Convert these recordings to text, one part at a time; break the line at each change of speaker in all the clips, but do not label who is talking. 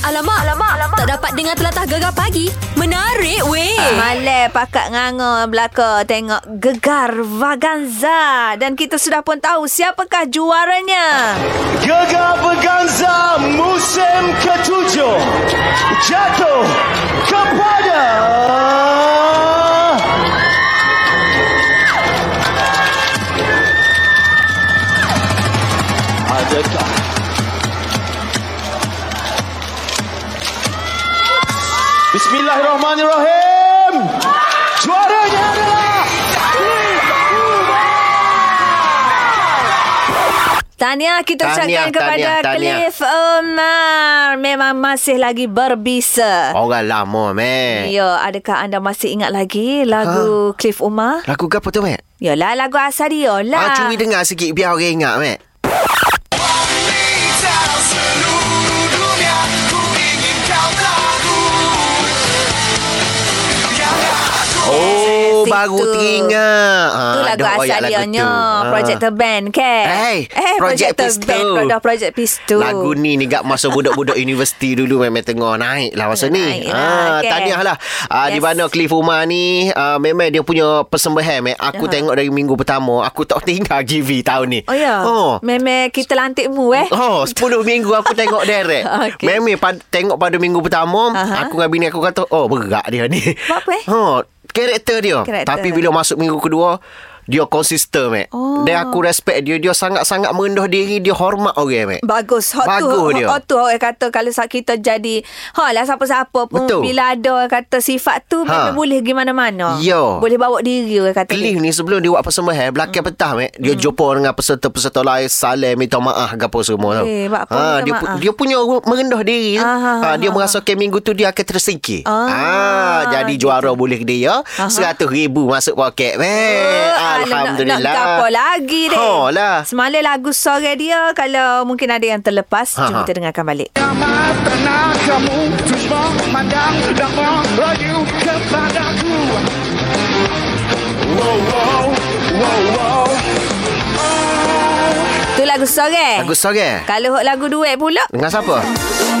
Alamak, alamak, alamak. Tak dapat dengar telatah gegar pagi. Menarik weh.
Eh.
Malay pakat nganga belaka tengok gegar vaganza dan kita sudah pun tahu siapakah juaranya.
Gegar Berganza musim ketujuh jatuh kepada Adakah Bismillahirrahmanirrahim Juaranya adalah
Tahniah kita
Tahniah,
ucapkan kepada
tahniah, tahniah.
Cliff Omar. Memang masih lagi berbisa.
Orang lama, meh.
Ya, adakah anda masih ingat lagi
Ha.
lagu Cliff Omar?
Lagu ke apa tu, meh?
Yalah, lagu asal dia
Ah,
lah.
curi dengar sikit biar orang ingat, meh. Oh,
Situ.
Oh, baru teringat. Ha,
Tu lagu
ada
asal
royak lagu
dia nya
tu. Ha.
Projector Band ke?
Eh,
eh
Project
Projector
Pistol.
Band Dah Project Pistol.
Lagu ni ni gak masa budak-budak universiti dulu memang tengah naik lah masa ni.
Naik lah,
Ah,
kan?
tahniah lah. Ah, Di
Yes.
mana Cliff Umar ni ah, memang dia punya persembahan. Eh. Aku
Aha.
tengok dari minggu pertama. Aku tak tinggal GV tahun ni.
Uh-huh. Oh ya.
Oh.
Meme kita lantikmu eh.
Oh, 10 minggu aku tengok direct.
Okey.
okay. Memang pad, tengok pada minggu pertama,
Aha.
aku dengan bini aku kata, "Oh, bergerak dia ni."
Uh-huh. Buat apa, eh?
Oh, karakter dia.
Karakter.
Tapi bila masuk minggu kedua, dia konsisten, Mek.
Oh.
Dan aku respect dia. Dia sangat-sangat merendah diri. Dia hormat orang, Mek.
Bagus hot tu
Bagus
hot,
dia.
hot tu orang kata kalau sa- kita jadi ha lah siapa-siapa pun
Betul.
bila ada orang kata sifat tu ha.
Ha.
boleh pergi mana-mana.
Ya.
Boleh bawa diri orang kata.
Cliff ni sebelum dia buat persembahan
Hmm.
Belakang petang Mek Dia jumpa dengan peserta-peserta lain Salam minta maaf Apa semua tau Ha,
Eh, buat apa minta
dia, pu-
maaf?
dia punya ru- merendah diri
Ah, ah,
ha,
ah,
Dia
ah,
merasakan minggu tu Dia akan tersingkir Ha,
Ah,
Jadi juara boleh dia ya. Seratus ribu masuk poket Mek
Ah, alah, Nak,
Eh, Alhamdulillah
nak gapo lagi deh.
Ha lah
Semalam lagu sore dia kalau mungkin ada yang terlepas ha,
Ha, ha.
jom kita dengarkan balik.
Amat tenang kamu Cuma mandang dan merayu kepadaku Wow, wow, wow, wow
Tu lagu sore.
Lagu sorang
Kalau hok lagu duet pula
Dengan siapa?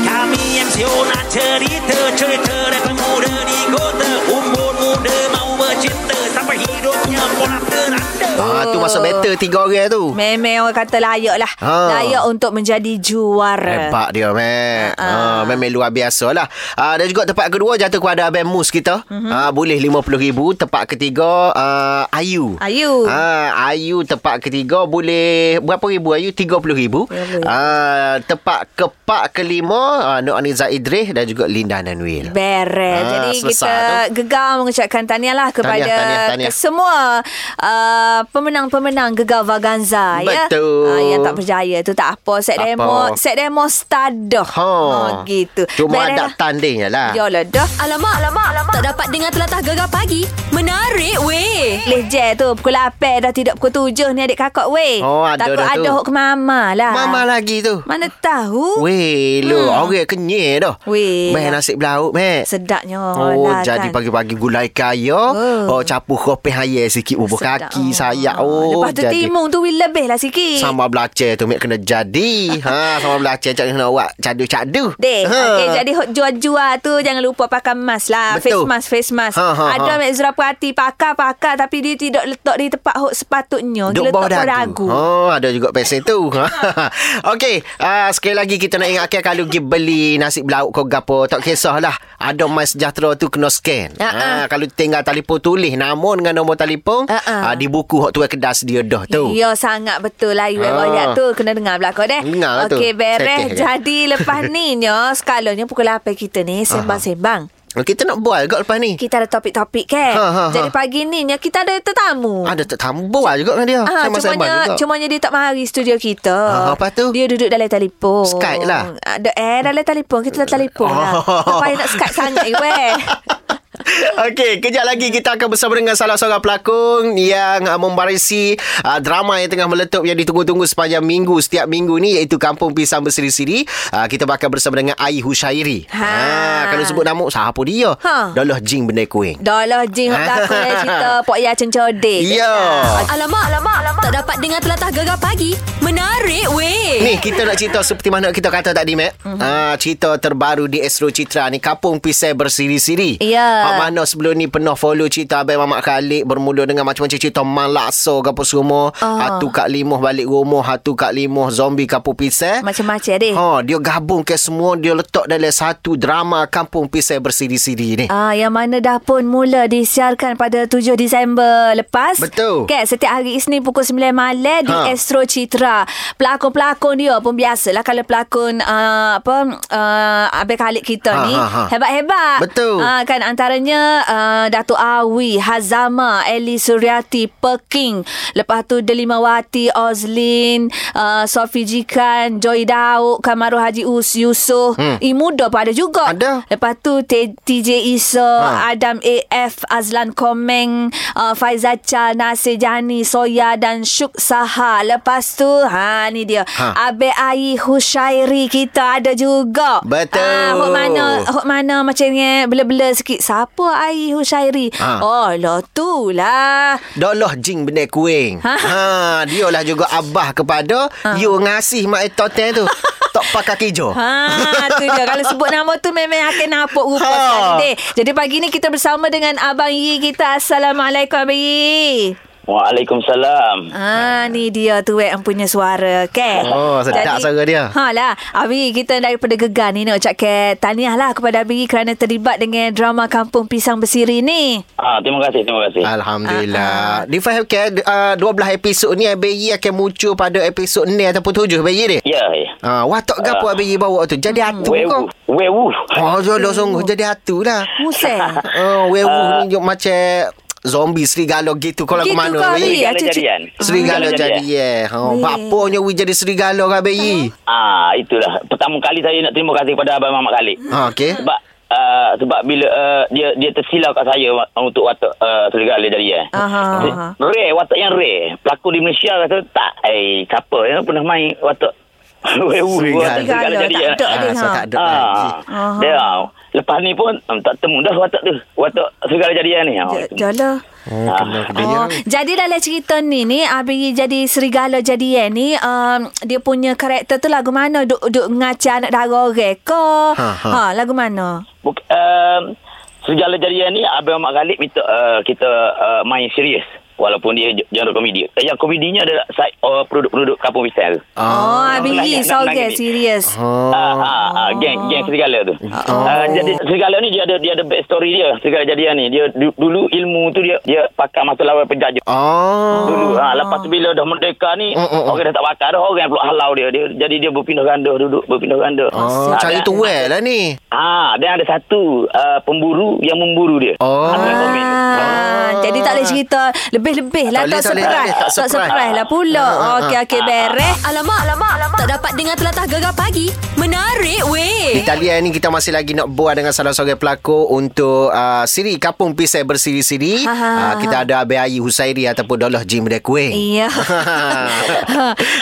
Kami MC nak cerita Cerita dari pemuda di kota Umur muda mau bercinta Sampai hidupnya pun ada randa
Ah, tu masuk battle tiga orang tu
Memang orang kata layak lah ha.
Ha.
Layak untuk menjadi juara
Hebat dia, Mac.
Ha,
Ha,
ha.
memang luar biasa lah. Ha, dan juga tempat kedua jatuh kepada Abang Mus kita.
Mhm.
Ha, boleh RM50,000. Tempat ketiga, uh, Ayu.
Ayu.
Ha, Ayu tempat ketiga boleh berapa ribu Ayu? RM30,000.
RM30,000.
Ha, tempat keempat kelima, uh, Nur Aniza Idris dan juga Linda Nanwil.
Beres.
Ah,
Jadi
selesai
kita gegar mengucapkan tahniah lah kepada
tahniah, tahniah.
semua uh, pemenang-pemenang gegar Vaganza ya.
Betul.
Ah, yang tak berjaya tu tak apa. Set
Tak
demo,
apa.
set demo stadah.
Ha.
Oh, gitu.
Cuma
Beres
tak
lah.
tanding je lah.
Yolah dah.
Alamak, alamak, alamak. Tak dapat dengar telatah gegar pagi. Menarik weh.
Leh je tu Pukul 8 dah tidak Pukul 7 ni adik kakak weh
Oh, ada
Takut
dah
ada
tu.
hok ke mama lah
Mama lagi tu.
Mana tahu
Weh, lu hmm. orang kenyir dah.
Weh.
Meh nasi belauk, Mac.
Sedapnya
Oh,
lah
jadi
kan.
pagi-pagi gulai kaya. Oh,
Oh.
campur kopi hayal sikit bubuh
Sedap.
kaki saya. Oh,
Lepas tu
jadi
timung tu weh lebih lah sikit
Sambal belacan tu Mek kena jadi ha, Sambal belacan Cak kena buat Cadu-cadu
Deh,
ha.
okay, jadi hok jual-jual tu jangan lupa pakai mask lah.
Betul.
Face mask, face mask.
Ha, ha,
Ada
ha.
Mek Zura perhati pakai, pakai tapi dia tidak letak di tempat hok sepatutnya.
Duk
Dia
bawah
letak pun ragu.
dagu.
Ha.
Oh, ada juga pesen tu. Ha. Okey, uh, sekali lagi kita nak ingatkan kalau pergi beli nasi belauk kau gapo, tak kisahlah. Ada My Sejahtera tu kena scan.
Ha,
Ha,
ha.
kalau tinggal telefon tulis nama dengan nombor telefon,
Ha, ha.
uh, di buku hok tu kedas dia dah tu.
Ya sangat betul lah Iwan
Ha.
Royak tu Kena dengar belakang deh
Dengar lah tu.
Okey beres
Seteh je.
Jadi lepas ni nyo Skalanya pukul 8 kita
Ha,
ni Sembang-sembang
Kita nak bual kat lepas ni.
Kita ada topik-topik kan
Ha, ha, ha.
Jadi pagi ni nyo Kita ada tetamu
Ada Ah, tak tambah lah juga dengan dia.
Oh. Ah,
Sama-sama
cumanya,
juga.
cumanya dia tak mari studio kita.
Ah, lepas tu?
Dia duduk dalam telefon.
Skype lah.
Ah, da- eh, dalam telefon. Kita dalam telefon lah. eh?
Oh.
Tak payah nak Skype sangat, weh.
Okey, kejap lagi kita akan bersama dengan salah seorang pelakon yang uh, membarisi uh, drama yang tengah meletup yang ditunggu-tunggu sepanjang minggu setiap minggu ni iaitu Kampung Pisang Berseri-Siri. Uh, kita bakal bersama dengan Ai Hushairi.
Ha.
kalau sebut nama siapa dia?
Ha.
Doloh Jing Benda Kuing.
Dah lah Jin hak takut eh cerita Pok Ya Cencodik.
Ya.
Alamak, alamak, alamak. Tak dapat dengar telatah gegar pagi. Menarik weh.
Ni kita nak cerita seperti mana kita kata tadi Mac.
Mhm.
Mm-hmm. Ha, cerita terbaru di Astro Citra ni Kampung Pisai Bersiri-Siri.
Ya.
Hak mana sebelum ni penuh follow cerita Abang Mamat Khalid bermula dengan macam-macam cerita Malakso ke apa semua.
Ah.
Hatu Kak Limoh balik rumah, hatu Kak Limoh zombie Kampung Pisai.
Macam-macam deh.
Ha, dia gabung ke semua dia letak dalam satu drama Kampung Pisai Bersiri-Siri ni.
Ah, yang mana dah pun mula disiarkan pada 7 Disember lepas.
Betul.
Kan, setiap hari Isnin pukul 9 malam di
Ha.
ha. Astro Citra. Pelakon-pelakon dia pun biasalah kalau pelakon uh, apa uh, Abang Khalid kita
Ha,
ni
ha, ha.
hebat-hebat.
Betul.
Ah, kan antaranya uh, Datuk Awi, Hazama, Eli Suryati, Peking. Lepas tu Delimawati, Ozlin, uh, Sofi Jikan, Joy Daud, Kamarul Haji Us, Yusof. Hmm. Imuda pun ada juga.
Ada.
Lepas tu T- TJ Iso, ha.
Ha.
Adam AF, Azlan Komeng, uh, Faizal Cha, Nasir Jani, Soya dan Syuk Saha. Lepas tu, ha ni dia.
Ha.
Ha. Abel Ai Hushairi kita ada juga.
Betul.
Ah, hok mana hok mana macam ni bela-bela sikit. Siapa Ai Hushairi? Ha.
Ha.
Oh, lah tu lah.
Doloh Jing Benda Kuing. Ha.
Ha. Ah.
dialah juga abah kepada ha. you ngasih mak etote tu. Tok pakai hijau.
Ha, tu dia. Kalau sebut nama tu memang akan nampak rupa
Ha.
ha. sekali deh. Jadi pagi ni kita bersama dengan Abang Yi kita. Assalamualaikum Abang Yi.
Waalaikumsalam.
Ah, ni dia tu wek empunya suara, ke?
Oh, sedap suara dia.
Ha lah. Abi, kita daripada Gegar ni nak ucap ke tahniah lah kepada Abi kerana terlibat dengan drama Kampung Pisang Bersiri ni.
Ah, terima kasih, terima
Eh.
kasih.
Alhamdulillah. Di Faham ke uh, 12 episod ni ABY akan muncul pada episod ni ataupun 7 ABY ni.
Ya, ya.
Ah, watak gapo uh, ABY bawa tu? Jadi
Hmm,
hantu ke?
Werewolf. Werewolf.
Oh, jodoh sungguh jadi hantu lah.
Museh.
Oh, werewolf uh, ni juga macam zombie serigala gitu kalau ke
Gitu
mana
kali.
ABY?
Serigala
Acik-
jadian.
Serigala jadi ya. Yeah.
Weh.
Oh, baponya we jadi serigala ke
Hmm.
ABY?
Ah, itulah. Pertama kali saya nak terima kasih kepada Abang Mamat Khalid.
Ha, okey.
Sebab uh, sebab bila uh, dia dia tersilau kat saya wa- untuk watak uh, serigala jadian.
Aha.
Rare, watak yang rare. Pelakon di Malaysia kata tak. Eh, siapa yang pernah main watak werewolf
Serigala.
watak serigala
Serigala,
jadian.
tak ada.
Ah, so
Ha.
tak ada lagi.
Ah,
Aha.
dia lepas ni pun um, tak temu dah watak tu. Watak serigala jadian ni. Oh, itu.
Jalah.
Oh, kena ke dia.
Oh, jadi dalam cerita ni ni Abi jadi serigala jadi eh ni um, dia punya karakter tu lagu mana duk duk ngaca anak dara orang ke?
Ha,
Ha,
ha.
lagu mana?
Buk, um, segala jadian ni Abang Mak Khalid minta uh, kita uh, main serius walaupun dia j- genre komedi. Eh, yang komedinya adalah side uh, produk-produk Kampung Pisang.
Ah.
Oh, oh Abi
Nak- nak- nak
sorang
menangis.
serius.
Oh. Ah, ah, ah, geng geng serigala tu. Oh. Uh, jadi serigala ni dia ada dia ada back story dia. Serigala jadian ni dia du, dulu ilmu tu dia dia pakai masa lawan penjaja.
Oh.
Dulu ha, Lepas tu bila dah merdeka ni
Oh, oh, oh.
Orang dah tak bakar dah Orang yang peluk halau dia, dia Jadi dia berpindah ganda Duduk berpindah ganda
Oh,
Ah,
cari
dan-
tu well lah ni.
Ah, dan ada satu uh, pemburu yang memburu dia.
Oh.
Ada yang komen.
Ah, jadi tak boleh cerita lebih-lebih lah tak,
Tak boleh, tak boleh,
surprise.
tak boleh, tak
Tak,
surprise.
surprise lah pula.
Ah, ah,
Okey
ah.
okey beres.
Alamak, alamak, alamak. Tak dapat dengar telatah gegar pagi. Menarik
Di
Eh?
weh.
talian ni kita masih lagi nak buat dengan salah seorang pelakon untuk uh, siri Kampung Pisai Bersiri-Siri.
Ha, Eh. ha,
Uh, kita ada Abang Ayi Husairi ataupun Doloh Jim Dekwe.
Iya.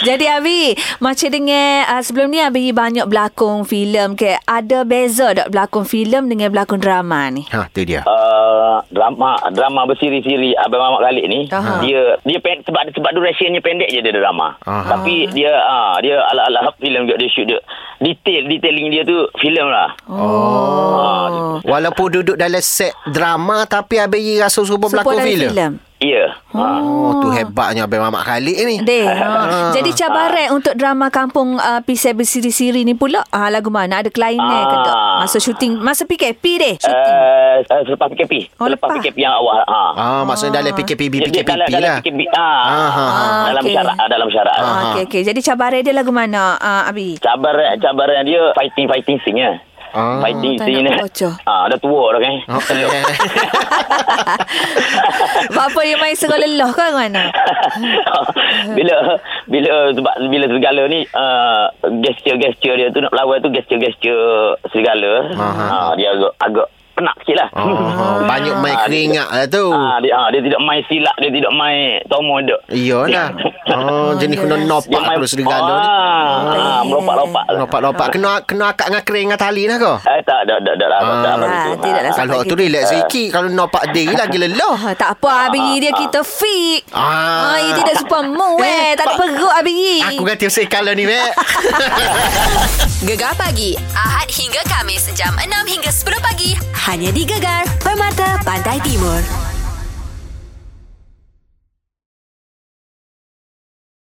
Jadi Abi, macam dengan uh, sebelum ni Abi banyak berlakon filem ke. Ada beza tak berlakon filem dengan berlakon drama ni?
Ha, tu dia.
Uh, drama drama bersiri-siri Abang Mamat Khalid ni
Aha.
dia dia pen, sebab sebab durationnya pendek je dia drama.
Aha.
Tapi dia ah dia ala-ala filem juga dia shoot dia. Detail detailing dia tu filem lah. Ha,
Oh.
Walaupun duduk dalam set drama tapi Abang Ayi rasa serupa
Serupa
pelakon
dalam
filem.
Ya. Yeah.
Oh, tu hebatnya Abang Mamat Khalid ni.
Deh. Ha. Jadi cabaran untuk drama kampung uh, Pisai Bersiri-Siri ni pula ah, lagu mana? Ada klien ah. ke tak?
Ah.
Masa syuting, masa PKP deh syuting.
Uh, uh, selepas PKP.
Oh,
selepas
lepas.
PKP yang awal. Ah.
Ah, maksudnya dalam PKPB,
Dia- dia
PKPP lah.
dalam, Dalam PKP. Ah.
Aha.
Ah,
Dalam
okey.
syarat dalam syarat.
Ah, Okey okey. Jadi cabaran dia lagu mana uh, Abi?
Cabaran cabaran dia fighting fighting sing ya.
Ah.
Fighting
Tak
sing
nak
ni.
bocor.
Ah dah tua dah kan.
Oh, eh.
Bapa yang main serang lelah ke mana?
bila bila sebab bila serigala ni uh, gesture-gesture dia tu nak lawan tu gesture-gesture serigala.
Aha.
Ah dia agak agak penak sikit lah.
Oh, banyak main
Ah,
keringat lah tu.
Ah, dia, ah, dia tidak main silap, dia tidak main tomo dia.
Iyalah. Oh, jenis kena
ya.
nopak terus dengan
ah,
tu ni.
ah, melopak-lopak. lah.
Lopak-lopak. Kena kena akak dengan kering dengan tali lah kau.
Eh, tak, tak, tak, tak, tak, tak, tak,
Ah.
tak, tak,
Tidaklah
tak.
Kalau tu relax sikit. Kalau nopak diri lagi lelah.
Ah, tak apa Abigi dia kita fik.
Ah.
Ah, ah tidak super mu eh. Tak ada perut Abigi.
Aku ganti usik kalau ni, Mek.
Gegar pagi Ahad hingga Kamis jam 6 hingga 10 pagi hanya di Gegar Permata Pantai Timur.